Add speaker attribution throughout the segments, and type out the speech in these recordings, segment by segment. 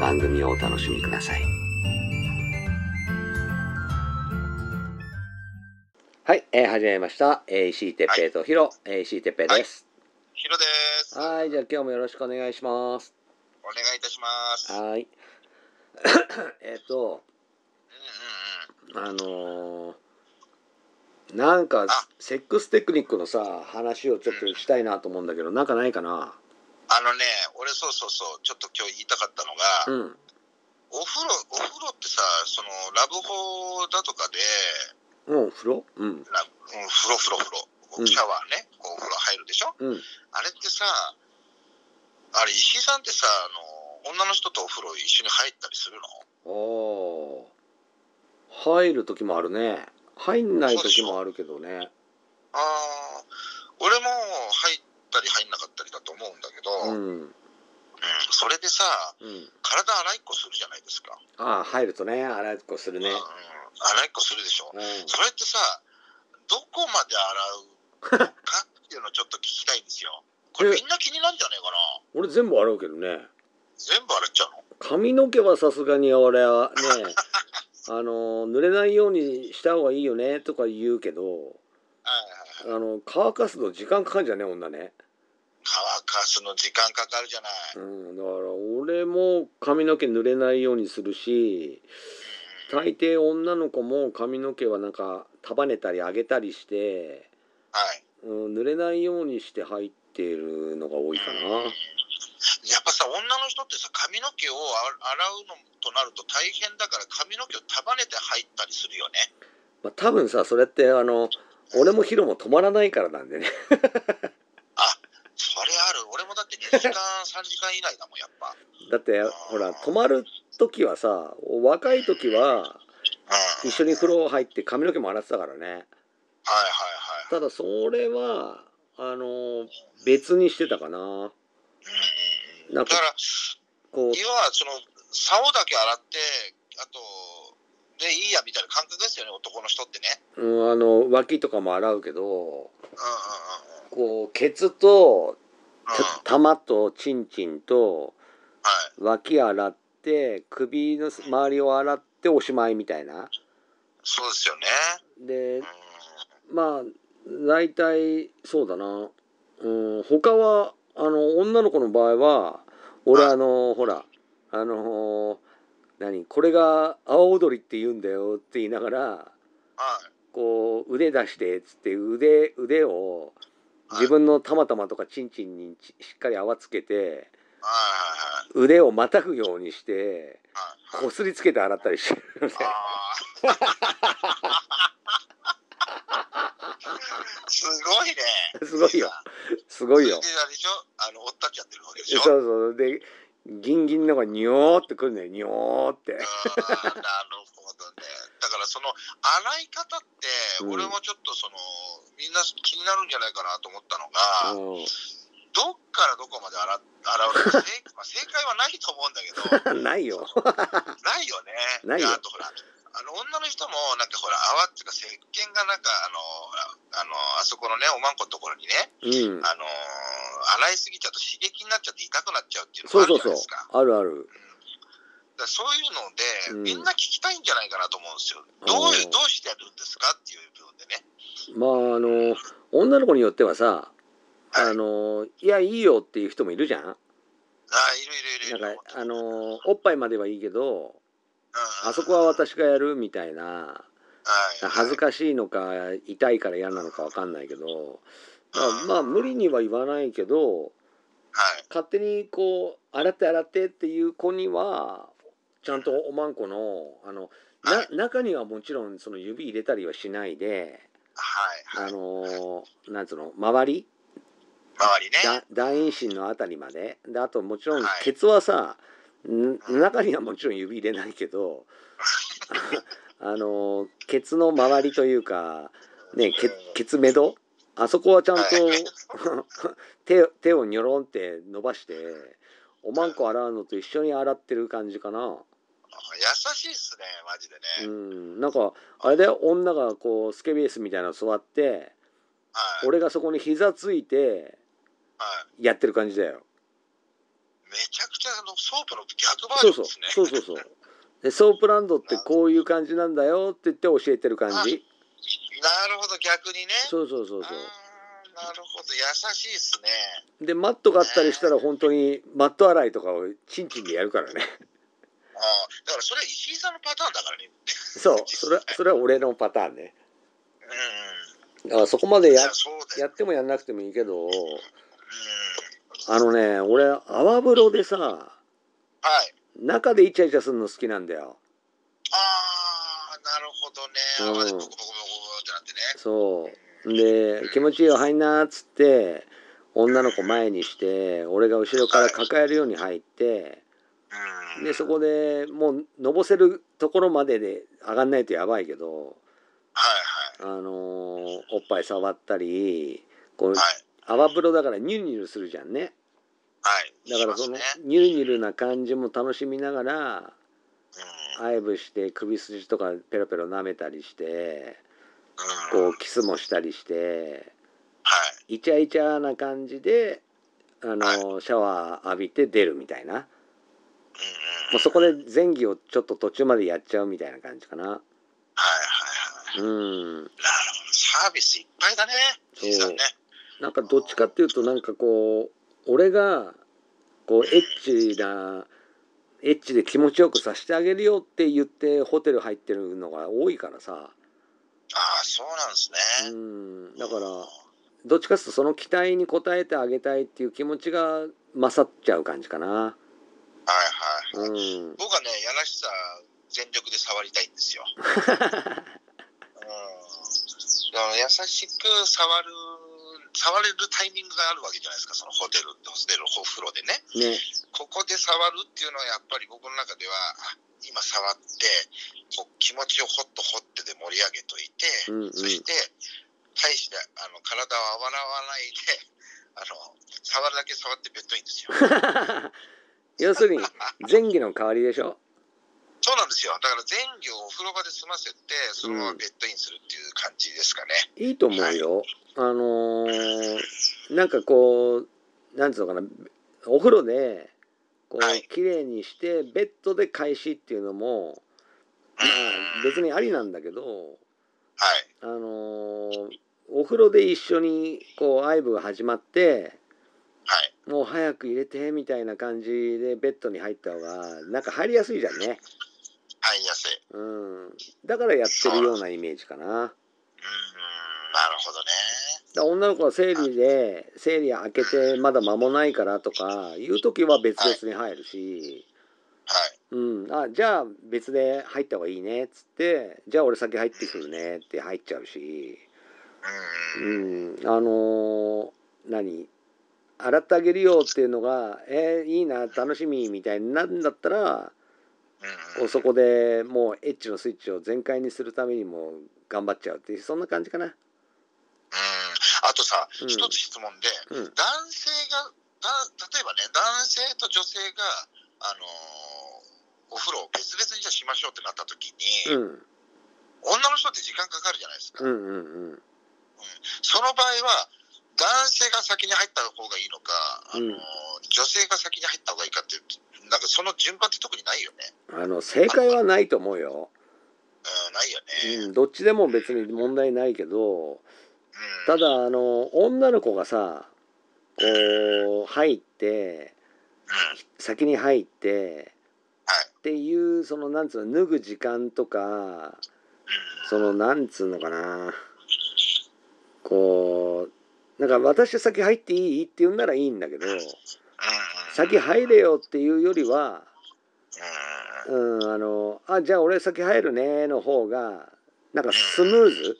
Speaker 1: 番組をお楽しみください。はい、えー、始めました。えー、石井哲平とヒロ、えー、石井哲平です。
Speaker 2: ヒロです。お願
Speaker 1: はい、じゃあ今日もよろしくお願いします。
Speaker 2: いいたします。うんうんうん。
Speaker 1: はい。 えっと、あのーなんか
Speaker 2: あ
Speaker 1: セックステクニックのさ話をちょっとしたいなと思うんだけどなんかないかな
Speaker 2: あのね、俺そうそうそう、ちょっと今日言いたかったの
Speaker 1: う
Speaker 2: が、
Speaker 1: ん
Speaker 2: お風呂、お風呂ってさ、そのラブホだとかで、
Speaker 1: もう風呂うん
Speaker 2: ラうん、風呂風呂風
Speaker 1: うん
Speaker 2: 呂、シャワーね、こうお風呂入るでしょ
Speaker 1: うん
Speaker 2: あれってさ、あれ石井さんってさ、あの、女の人とお風呂一緒に入ったりするの
Speaker 1: ああ入る時もあるね入んない時もあるけどね
Speaker 2: あー俺も入ったり入んなかったりだと思うんだけど、
Speaker 1: う
Speaker 2: う
Speaker 1: ん
Speaker 2: ん、
Speaker 1: うん
Speaker 2: それでさ、体洗いっこするじゃないですか。
Speaker 1: ああ入るとね洗いっこするね
Speaker 2: うん、洗いっこするでしょ。
Speaker 1: うん
Speaker 2: それってさ、どこまで洗うかっていうのをちょっと聞きたいんで すよ。これみんな気になるんじゃねえかな
Speaker 1: 俺全部洗うけどね
Speaker 2: 全部洗っちゃうの
Speaker 1: 髪の毛はさすがに俺は ねあのー濡れないようにした方がいいよねとか言うけど
Speaker 2: はいはいはい
Speaker 1: あの乾かすの時間かかるじゃんね女ね、
Speaker 2: 乾かすの時間かかるじゃない。
Speaker 1: うん、だから俺も髪の毛濡れないようにするし大抵女の子も髪の毛はなんか束ねたり上げたりして、
Speaker 2: はい。
Speaker 1: うん、濡れないようにして入ってるのが多いか
Speaker 2: うんやっぱさ、女の人ってさ、髪の毛をあ洗うのとなると大変だから髪の毛を束ねて入ったりするよね。
Speaker 1: な、まあ、多分さそれってあの俺もヒロも止まらないからなんでね
Speaker 2: それある。俺もだって2時間、3時 間以内だもん、やっぱ。
Speaker 1: だってほら止まる時はさ若い時は
Speaker 2: うん。
Speaker 1: 一緒に風呂入って髪の毛も洗ってたからね
Speaker 2: はいはいはい。
Speaker 1: ただそれはあのー別にしてたかな
Speaker 2: うんうんうん
Speaker 1: なん
Speaker 2: だ
Speaker 1: か
Speaker 2: から、
Speaker 1: こう
Speaker 2: 要はその竿だけ洗ってあとでいいやみたいな感覚ですよね男の人ってね
Speaker 1: うん、あの脇とかも洗うけど
Speaker 2: うんうんうんうん
Speaker 1: こうケツと
Speaker 2: うん
Speaker 1: た玉とチンチンと
Speaker 2: はい
Speaker 1: 脇洗って首の周りを洗っておしまいみたいな
Speaker 2: そうですよね
Speaker 1: で
Speaker 2: うん
Speaker 1: まあ大体そうだな、うん、他はあの女の子の場合は俺あのほらあの何これが阿波踊りって言うんだよって言いながら
Speaker 2: はい
Speaker 1: こう腕出してっつって腕腕を
Speaker 2: はい
Speaker 1: 自分のたまたまとかチンチンにちしっかり泡つけて
Speaker 2: はい
Speaker 1: 腕をまたぐようにして
Speaker 2: はいはいはい
Speaker 1: こすりつけて洗ったりしてるね
Speaker 2: あー すごいね
Speaker 1: すごいよすごいよ
Speaker 2: それであれでしょあの追ったっちゃってるわけでし
Speaker 1: そう
Speaker 2: ょ
Speaker 1: そうでギンギンのがにょーってくるんだよにょーって
Speaker 2: あーなるほどね。だからその洗い方って、
Speaker 1: うん
Speaker 2: 俺もちょっとその、みんな気になるんじゃないかなと思ったのが、
Speaker 1: う
Speaker 2: どっからどこまで洗洗うのか、正 まあ正解はないと思うんだけど、
Speaker 1: んないよ
Speaker 2: ないよね。
Speaker 1: ないよ
Speaker 2: であとほら、あの女の人もなんかほら泡っていうか石鹸がなんかあのほらあのあそこのねおまんこのところにね、
Speaker 1: うん
Speaker 2: あの洗いすぎちゃうと刺激になっちゃって痛くなっちゃうっていう
Speaker 1: そう
Speaker 2: の
Speaker 1: そ
Speaker 2: がある
Speaker 1: うそう
Speaker 2: じゃないですか。
Speaker 1: あるある
Speaker 2: だからそういうの
Speaker 1: うん
Speaker 2: で、みんな聞きたいんじゃないかなと思うんですよ。どうい
Speaker 1: う
Speaker 2: う、
Speaker 1: ん
Speaker 2: どうしてやるんですかっていう部分でね。
Speaker 1: まああの女の子によってはさあのいやいいよっていう人もいるじゃん
Speaker 2: あいるいるいる
Speaker 1: ないん
Speaker 2: る
Speaker 1: かあの
Speaker 2: うんうん
Speaker 1: おっぱいまではいいけどあそこは私がやるみたいな
Speaker 2: はいはい
Speaker 1: 恥ずかしいのか痛いから嫌なのかわかんないけどだからまあ無理には言わないけど
Speaker 2: はい
Speaker 1: 勝手にこう洗って洗ってっていう子にはちゃんとおまんこのあの
Speaker 2: は
Speaker 1: な中にはもちろんその指入れたりはしないで
Speaker 2: はい
Speaker 1: あ
Speaker 2: はい
Speaker 1: のーなんつうの周り
Speaker 2: 周りね
Speaker 1: だ楕円心のあたりまでであともちろん
Speaker 2: はい
Speaker 1: ケツはさ、ん中にはもちろん指入れないけど あのケツの周りというか、ね、ケケツメドあそこはちゃんと
Speaker 2: はい
Speaker 1: 手手をニョロンって伸ばしておまんこ洗うのと一緒に洗ってる感じかな。
Speaker 2: 優しいっすねマジで
Speaker 1: う
Speaker 2: ね、
Speaker 1: ん、なんかあれだよ女がこうスケベースみたいなの座って
Speaker 2: はい
Speaker 1: 俺がそこに膝ついて
Speaker 2: はい
Speaker 1: やってる感じだよ。
Speaker 2: めちゃくちゃあのソープの逆バージ
Speaker 1: そうそう
Speaker 2: ョンですね
Speaker 1: そうそうそうでソープランドってこういう感じなんだよって言って教えてる感じ
Speaker 2: なるほど逆にね
Speaker 1: そうそうそうそ
Speaker 2: あーなるほど優しいっすね
Speaker 1: うでマットがあったりしたら本当にマット洗いとかをチンチンでやるからね
Speaker 2: ああだからそれは石井さんのパターンだからね
Speaker 1: そうそれはそれは俺のパターンね
Speaker 2: うんうん
Speaker 1: だからそこまで
Speaker 2: い
Speaker 1: や
Speaker 2: やそうだ
Speaker 1: や
Speaker 2: よ
Speaker 1: ってもやんなくてもいいけど
Speaker 2: うん
Speaker 1: あのね俺泡風呂でさ
Speaker 2: はい
Speaker 1: 中でイチャイチャするの好きなんだよ
Speaker 2: ああなるほどね
Speaker 1: うん
Speaker 2: 泡でボコボコボコボコってなってね
Speaker 1: そうで気持ちいいよ入んなーっつって女の子前にして俺が後ろから抱えるように入って
Speaker 2: うん
Speaker 1: でそこでもうのぼせるところまでで上がんないとやばいけど、
Speaker 2: はい
Speaker 1: あのーおっぱい触ったりこう
Speaker 2: はいはい
Speaker 1: 泡風呂だからニュルニュルするじゃんね
Speaker 2: はい
Speaker 1: だからそ
Speaker 2: し
Speaker 1: の
Speaker 2: ますね
Speaker 1: ニュルニュルな感じも楽しみながら
Speaker 2: うん
Speaker 1: 愛撫して首筋とかペロペロ舐めたりして
Speaker 2: うん
Speaker 1: こうキスもしたりして
Speaker 2: はい
Speaker 1: イチャイチャな感じで、あのーシャワー浴びて出るみたいな
Speaker 2: うんうん
Speaker 1: もうそこで前戯をちょっと途中までやっちゃうみたいな感じかな
Speaker 2: はいはいはい
Speaker 1: うん
Speaker 2: なるほどサービスいっぱいだね
Speaker 1: そう
Speaker 2: 石井さんね
Speaker 1: なんかどっちかっていうとなんかこう俺がこうエッチなエッチで気持ちよくさせてあげるよって言ってホテル入ってるのが多いからさ
Speaker 2: ああそうなんです
Speaker 1: うん
Speaker 2: ね
Speaker 1: だからどっちかっていうとその期待に応えてあげたいっていう気持ちが勝っちゃう感じかな
Speaker 2: はいはい、
Speaker 1: うん
Speaker 2: 僕はねやらしさ全力で触りたいんですよ、うん、だから優しく触る触れるタイミングがあるわけじゃないですかそのホテルホテルお風呂で
Speaker 1: ね
Speaker 2: ねここで触るっていうのはやっぱり僕の中ではあ今触ってこう気持ちをほっとほってで盛り上げといて、
Speaker 1: うんうん
Speaker 2: そして大してあの体をあわらわないで あの触るだけ触ってベッドインですよ そう
Speaker 1: 要するに前戯の代わりでしょ
Speaker 2: なんですよだから全業をお風呂場で済ませてそのままベッドインするっていう感じですかね、
Speaker 1: いいと思うよ。あのーなんかこう、なんつうのかな、お風呂で、こ、
Speaker 2: はいう
Speaker 1: 綺麗にして、ベッドで開始っていうのも、まあ、別にありなんだけど、
Speaker 2: はい
Speaker 1: あのーお風呂で一緒に、こう、アイブが始まって、
Speaker 2: はい
Speaker 1: もう早く入れて、みたいな感じで、ベッドに入った方が、なんか入りやすいじゃんね。
Speaker 2: はい安い
Speaker 1: うん。だからやってるようなイメージかな。
Speaker 2: うーんなるほどね
Speaker 1: だから女の子は生理で生理開けてまだ間もないからとかいう時は別々に入るし、
Speaker 2: はい
Speaker 1: うん、あじゃあ別で入った方がいいねっつってじゃあ俺先入ってくるねって入っちゃうし、
Speaker 2: うーん
Speaker 1: うん、あのー何洗ってあげるよっていうのがえーいいな楽しみみたいになんだったら
Speaker 2: うん
Speaker 1: こうそこでもうエッチのスイッチを全開にするためにも頑張っちゃうっていうそんな感じかな。
Speaker 2: うんあとさ、
Speaker 1: うん
Speaker 2: 一つ質問で、
Speaker 1: うん
Speaker 2: 男性がだ、例えばね、男性と女性が、あのーお風呂を別々にじゃあしましょうってなった時
Speaker 1: う
Speaker 2: に、
Speaker 1: ん
Speaker 2: 女の人って時間かかるじゃないですか。
Speaker 1: うんうんうん
Speaker 2: その場合は、男性が先に入った方がいいのか、あのー
Speaker 1: うん
Speaker 2: 女性が先に入った方がいいかっていう、なんかその順番って特にないよね。
Speaker 1: あの正解はないと思うよ、
Speaker 2: うん、ないよね。
Speaker 1: うん、どっちでも別に問題ないけど
Speaker 2: う
Speaker 1: た
Speaker 2: ん、
Speaker 1: だあの女の子がさこう入って先に入って
Speaker 2: はい
Speaker 1: っていうそのなんつうの脱ぐ時間とか
Speaker 2: うん
Speaker 1: そのなんつうのかなこうなんか私先入っていいって言うんならいいんだけど
Speaker 2: うん
Speaker 1: 先入れよっていうよりは
Speaker 2: う
Speaker 1: う
Speaker 2: ん
Speaker 1: んあのあじゃあ俺先入るねの方がなんかスムーズ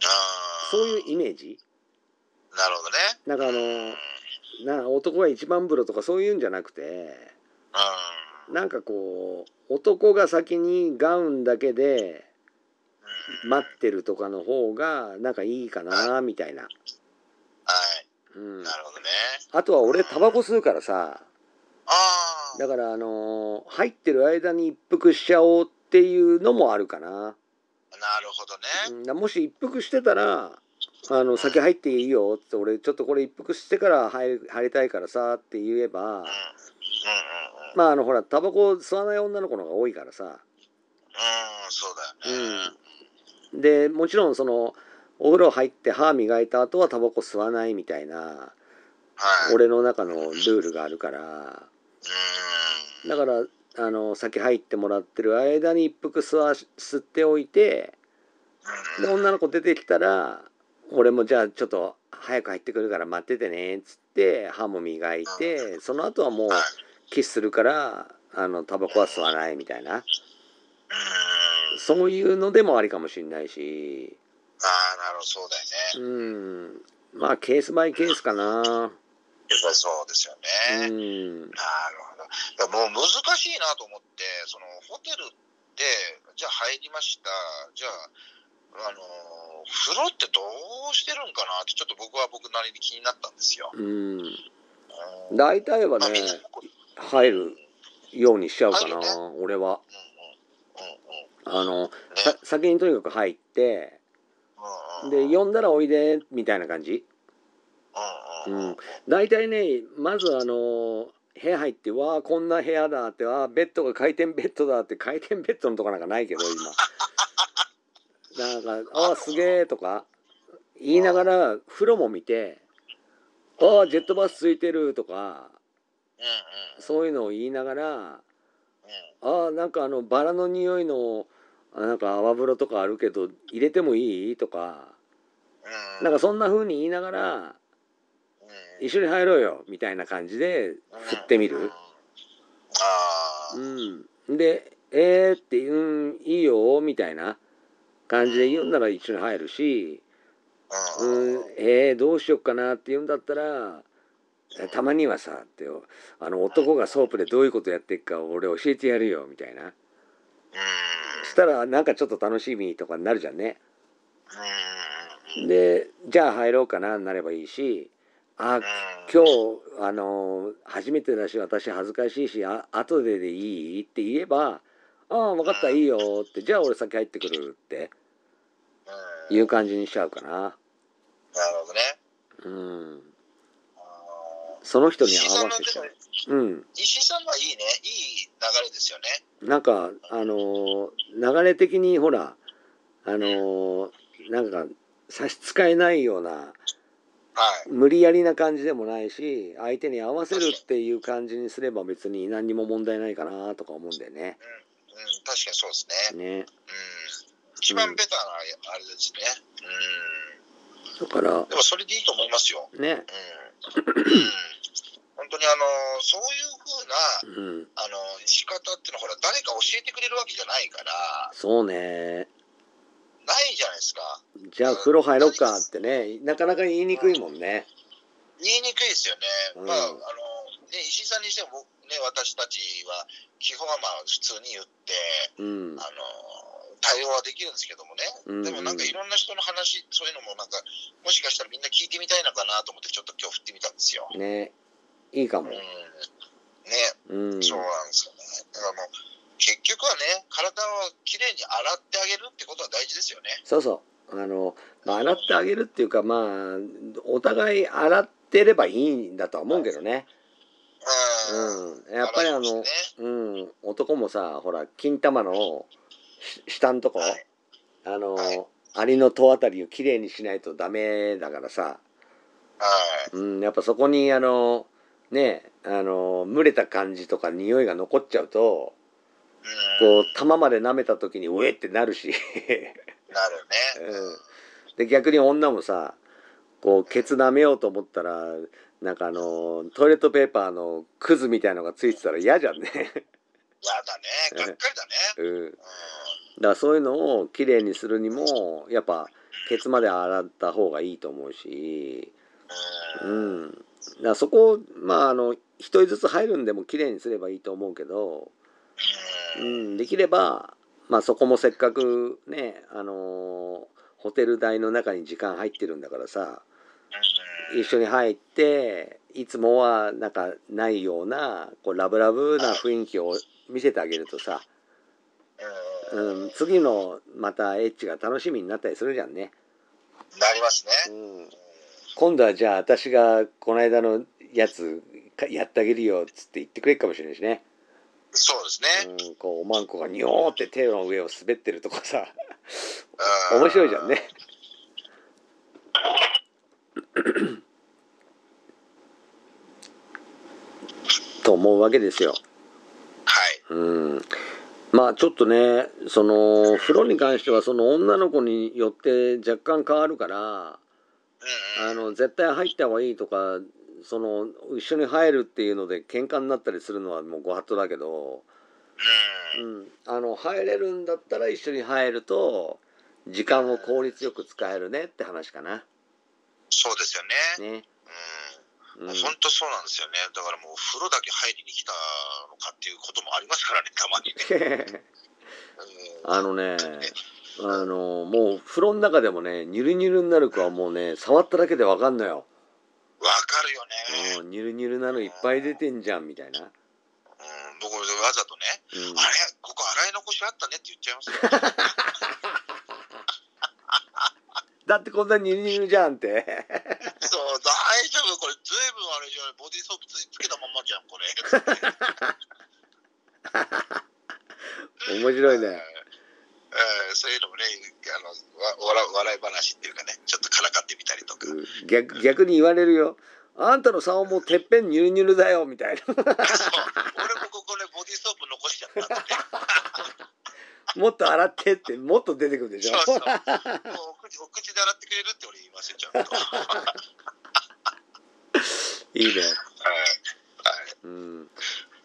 Speaker 2: あー
Speaker 1: そういうイメージ
Speaker 2: なるほどね
Speaker 1: なんかあの
Speaker 2: うんうん
Speaker 1: な男が一番風呂とかそういうんじゃなくてなんかこう男が先にガウンだけで
Speaker 2: うん
Speaker 1: 待ってるとかの方がなんかいいかなみたいな、
Speaker 2: はい
Speaker 1: うん、
Speaker 2: なるほどね
Speaker 1: あとは俺タバコ吸うからさ
Speaker 2: ああ
Speaker 1: だからあのー入ってる間に一服しちゃおうっていうのもあるかな、
Speaker 2: なるほど
Speaker 1: う
Speaker 2: ね
Speaker 1: ん、もし一服してたらあの先入っていいよって俺ちょっとこれ一服してから入り入りたいからさって言えば
Speaker 2: うんうんうんうん
Speaker 1: まああのほらタバコ吸わない女の子の方が多いからさ
Speaker 2: うんそうだよね
Speaker 1: でもちろんそのお風呂入って歯磨いた後はタバコ吸わないみたいな
Speaker 2: はい
Speaker 1: 俺の中のルールがあるから
Speaker 2: うん
Speaker 1: だからあの先入ってもらってる間に一服吸わし吸っておいて
Speaker 2: うん
Speaker 1: で
Speaker 2: うん
Speaker 1: 女の子出てきたら俺もじゃあちょっと早く入ってくるから待っててねっつって歯も磨いてその後はもう
Speaker 2: はい
Speaker 1: キスするからあのタバコは吸わないみたいな
Speaker 2: うん
Speaker 1: そういうのでもありかもしんないし
Speaker 2: ああなるほどそうだよね
Speaker 1: うんまあケースバイケースかな。
Speaker 2: やっぱりそうですよね、
Speaker 1: うん
Speaker 2: なるほど。だからもう難しいなと思って、そのホテルで、じゃあ入りました、じゃあ、あのー風呂ってどうしてるんかなって、ちょっと僕は僕なりに気になったんですよ。
Speaker 1: うん、
Speaker 2: うん
Speaker 1: 大体はね
Speaker 2: まあみんなこう
Speaker 1: 入るようにしちゃうか
Speaker 2: 入る
Speaker 1: な俺は
Speaker 2: うんうんうんう
Speaker 1: あの
Speaker 2: んね
Speaker 1: さ先にとにかく入って
Speaker 2: うんうん
Speaker 1: で
Speaker 2: うん
Speaker 1: 呼んだらおいでみたいな感じ
Speaker 2: うんうん
Speaker 1: 大体ねまずあの部屋入ってわあこんな部屋だってわあベッドが回転ベッドだって回転ベッドのとこなんかないけど今なんか「ああすげえ」とか言いながら風呂も見て「ああジェットバスついてる」とか
Speaker 2: うん
Speaker 1: そういうのを言いながら
Speaker 2: う
Speaker 1: あ
Speaker 2: ん
Speaker 1: あなんかあのバラの匂いのあなんか泡風呂とかあるけど入れてもいいとか
Speaker 2: うん
Speaker 1: なんかそんな風に言いながら
Speaker 2: うん
Speaker 1: 一緒に入ろうよみたいな感じで振ってみ
Speaker 2: うん
Speaker 1: る。
Speaker 2: ああ、
Speaker 1: うん、で「えー」って「うんいいよ」みたいな感じで言うんなら一緒に入るし「
Speaker 2: う
Speaker 1: うん
Speaker 2: うん
Speaker 1: んえー、どうしよっかな」って言うんだったらえたまにはさってよあの男がソープでどういうことやっていくか俺教えてやるよみたいなしたらなんかちょっと楽しみとかになるじゃんね
Speaker 2: うん
Speaker 1: でじゃあ入ろうかなになればいいしあ今日あのー初めてだし私恥ずかしいしあ後ででいいって言えば「ああ分かったいいよ」って「じゃあ俺先入ってくる」って
Speaker 2: うん
Speaker 1: いう感じにしちゃうかな
Speaker 2: なるほどね。
Speaker 1: うん
Speaker 2: あー
Speaker 1: その人に
Speaker 2: 石井さ
Speaker 1: 合
Speaker 2: ん
Speaker 1: わ
Speaker 2: の
Speaker 1: せ
Speaker 2: で
Speaker 1: ちゃ
Speaker 2: も
Speaker 1: ううん
Speaker 2: 石井さんはいいね、いい流れですよね。
Speaker 1: なんかあのー流れ的にほらあのーなんか差し支えないような
Speaker 2: はい。
Speaker 1: 無理やりな感じでもないし相手に合わせるっていう感じにすれば別に何にも問題ないかなとか思うんだよね。
Speaker 2: うん、確かにそうですね。
Speaker 1: ね
Speaker 2: うん。一番ベタなあれですね。う
Speaker 1: だから
Speaker 2: ん。でもそれでいいと思いますよ。
Speaker 1: ね、
Speaker 2: うん。うん本当にあの、そういう風
Speaker 1: うん、
Speaker 2: な、あの、仕方っていうのは、ほら、誰か教えてくれるわけじゃないから、
Speaker 1: そうね
Speaker 2: ないじゃないですか。
Speaker 1: じゃあ風呂入ろうかってねなかなか言いにくいもんね。
Speaker 2: 言いにくいですよね。
Speaker 1: うん
Speaker 2: まあ、あの、ね、石井さんにしても、ね、私たちは、基本はまあ、普通に言って、
Speaker 1: うん
Speaker 2: あの対応はできるんですけどもね、
Speaker 1: うん
Speaker 2: でもなんかいろんな人の話、そういうのもなんか、もしかしたらみんな聞いてみたいのかなと思って、ちょっと今日振ってみたんですよ。
Speaker 1: ねいいかも
Speaker 2: うん、ね、
Speaker 1: うん
Speaker 2: そうなんですよね。だからもう、結局はね、体をきれいに洗ってあげるってことは大事ですよね。
Speaker 1: そうそうあの、まあ、洗ってあげるっていうかまあお互い洗ってればいいんだとは思うけどね。
Speaker 2: うん。
Speaker 1: うん、やっぱりあ
Speaker 2: 洗い
Speaker 1: の
Speaker 2: ま、す
Speaker 1: うん、男もさほら金玉のし下のとこ、
Speaker 2: ねはい
Speaker 1: あの、
Speaker 2: はい
Speaker 1: アリの塔あたりをきれいにしないとダメだからさ、
Speaker 2: はい。
Speaker 1: うん、やっぱそこにあのねあの蒸れた感じとか匂いが残っちゃうと
Speaker 2: う
Speaker 1: こ
Speaker 2: ん
Speaker 1: う玉まで舐めた時にうえってなるし、
Speaker 2: なるね。
Speaker 1: うんで逆に女もさこうケツ舐めようと思ったらなんかあのトイレットペーパーのクズみたいのがついてたら嫌じゃんね、
Speaker 2: やだね。がっかりだね。
Speaker 1: うん、だか
Speaker 2: う。
Speaker 1: らそういうのをきれいにするにもやっぱケツまで洗った方がいいと思うし、うん
Speaker 2: うん。
Speaker 1: ん、だからそこをまああの一人ずつ入るんでもきれいにすればいいと思うけどうん、できれば、まあ、そこもせっかくね、あのーホテル代の中に時間入ってるんだからさ一緒に入っていつもはなんかないようなこうラブラブな雰囲気を見せてあげるとさ、うん、次のまたエッチが楽しみになったりするじゃんね。
Speaker 2: なりますね。
Speaker 1: うん、今度はじゃあ私がこの間のやつかやってあげるよっつって言ってくれるかもしれないしね、
Speaker 2: そうですね。
Speaker 1: うん、こうおまんこがにょーって手の上を滑ってるとかさ
Speaker 2: う
Speaker 1: 面白いじゃんね。と思うわけですよ。
Speaker 2: はい。
Speaker 1: うん、まあちょっとねその風呂に関してはその女の子によって若干変わるから
Speaker 2: うん
Speaker 1: あ
Speaker 2: うん。
Speaker 1: の絶対入った方がいいとかその一緒に入るっていうので喧嘩になったりするのはもうご法度だけど、
Speaker 2: う
Speaker 1: う
Speaker 2: ん。
Speaker 1: ん、あの入れるんだったら一緒に入ると時間を効率よく使えるねって話かな。
Speaker 2: そうですよね。
Speaker 1: ね
Speaker 2: う
Speaker 1: う
Speaker 2: ん。も
Speaker 1: ん
Speaker 2: う本当そうなんですよね。だからもう風呂だけ入りに来たのかっていうこともありますからね、たまにね。う ん
Speaker 1: あのね、あのもう風呂の中でもね、ニュルニュルになる子はもうね、触っただけでわかんのよ。
Speaker 2: わかるよね。
Speaker 1: うん、ニュルニュルなのいっぱい出てんじゃんみたいな。うん、
Speaker 2: うん。僕わざとね、あれここ洗い残しあったねって言っちゃい ますよ。
Speaker 1: だってこんなニュルニュルじゃんって。
Speaker 2: そう、大丈夫、これ、ずいぶんあれじゃない、ボディーソープつつけたまんまじゃん、これ。面
Speaker 1: 面白いね。
Speaker 2: えーそういうのもね、あのわ笑笑い話っていうかね、ちょっとからかってみたりとか。
Speaker 1: うん逆逆に言われるよ。あんたの竿もてっぺんニュルニュルだよみたいな。
Speaker 2: そう俺もここね、ボディーソープ残しちゃっ たって、ね。
Speaker 1: もっと洗ってってもっと出てくるでしょ。
Speaker 2: そうそう。もうお口お口で洗ってくれるって俺言いますよ、ちゃんと。はい
Speaker 1: いね。
Speaker 2: い。
Speaker 1: うん。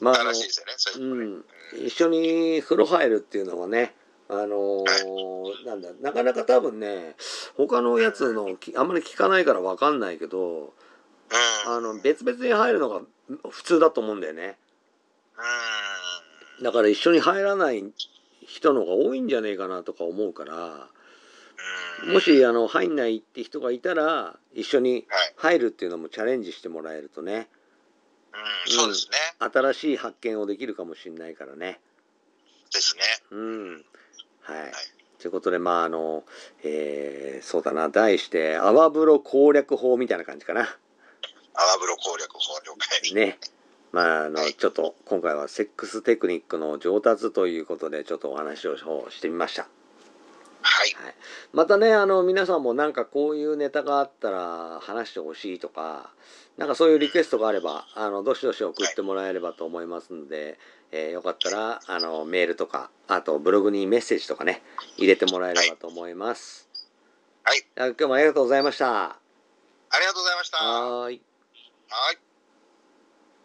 Speaker 1: まああの
Speaker 2: 楽しいですよね、そういう
Speaker 1: う
Speaker 2: のね。
Speaker 1: ん、一緒に風呂入るっていうのはね、あのーなんだなかなか多分ね他のやつのきあんまり聞かないから分かんないけど
Speaker 2: うん。
Speaker 1: あの別々に入るのが普通だと思うんだよね
Speaker 2: うん。
Speaker 1: だから一緒に入らない人の方が多いんじゃねえかなとか思うから
Speaker 2: うん
Speaker 1: もしあの入んないって人がいたら一緒に
Speaker 2: はい。
Speaker 1: 入るっていうのもチャレンジしてもらえるとね
Speaker 2: うん、そうですね。
Speaker 1: 新しい発見をできるかもしれないからね。
Speaker 2: ですね。
Speaker 1: うんはい
Speaker 2: い。
Speaker 1: ということで、まあ、あの、えーそうだな、題して、泡風呂攻略法みたいな感じかな。
Speaker 2: 泡風呂攻略法了解。
Speaker 1: ね。まあ、あの、
Speaker 2: はい
Speaker 1: ちょっと、今回はセックステクニックの上達ということで、ちょっとお話をしてみました。
Speaker 2: はい。
Speaker 1: またね、あの、皆さんもなんかこういうネタがあったら話してほしいとか、なんかそういうリクエストがあれば、あの、どしどし送ってもらえればと思いますので、えーよかったら、あの、メールとか、あとブログにメッセージとかね、入れてもらえればと思います。
Speaker 2: はい。
Speaker 1: あ今日もありがとうございました。
Speaker 2: ありがとうございました。は
Speaker 1: はーい。
Speaker 2: い。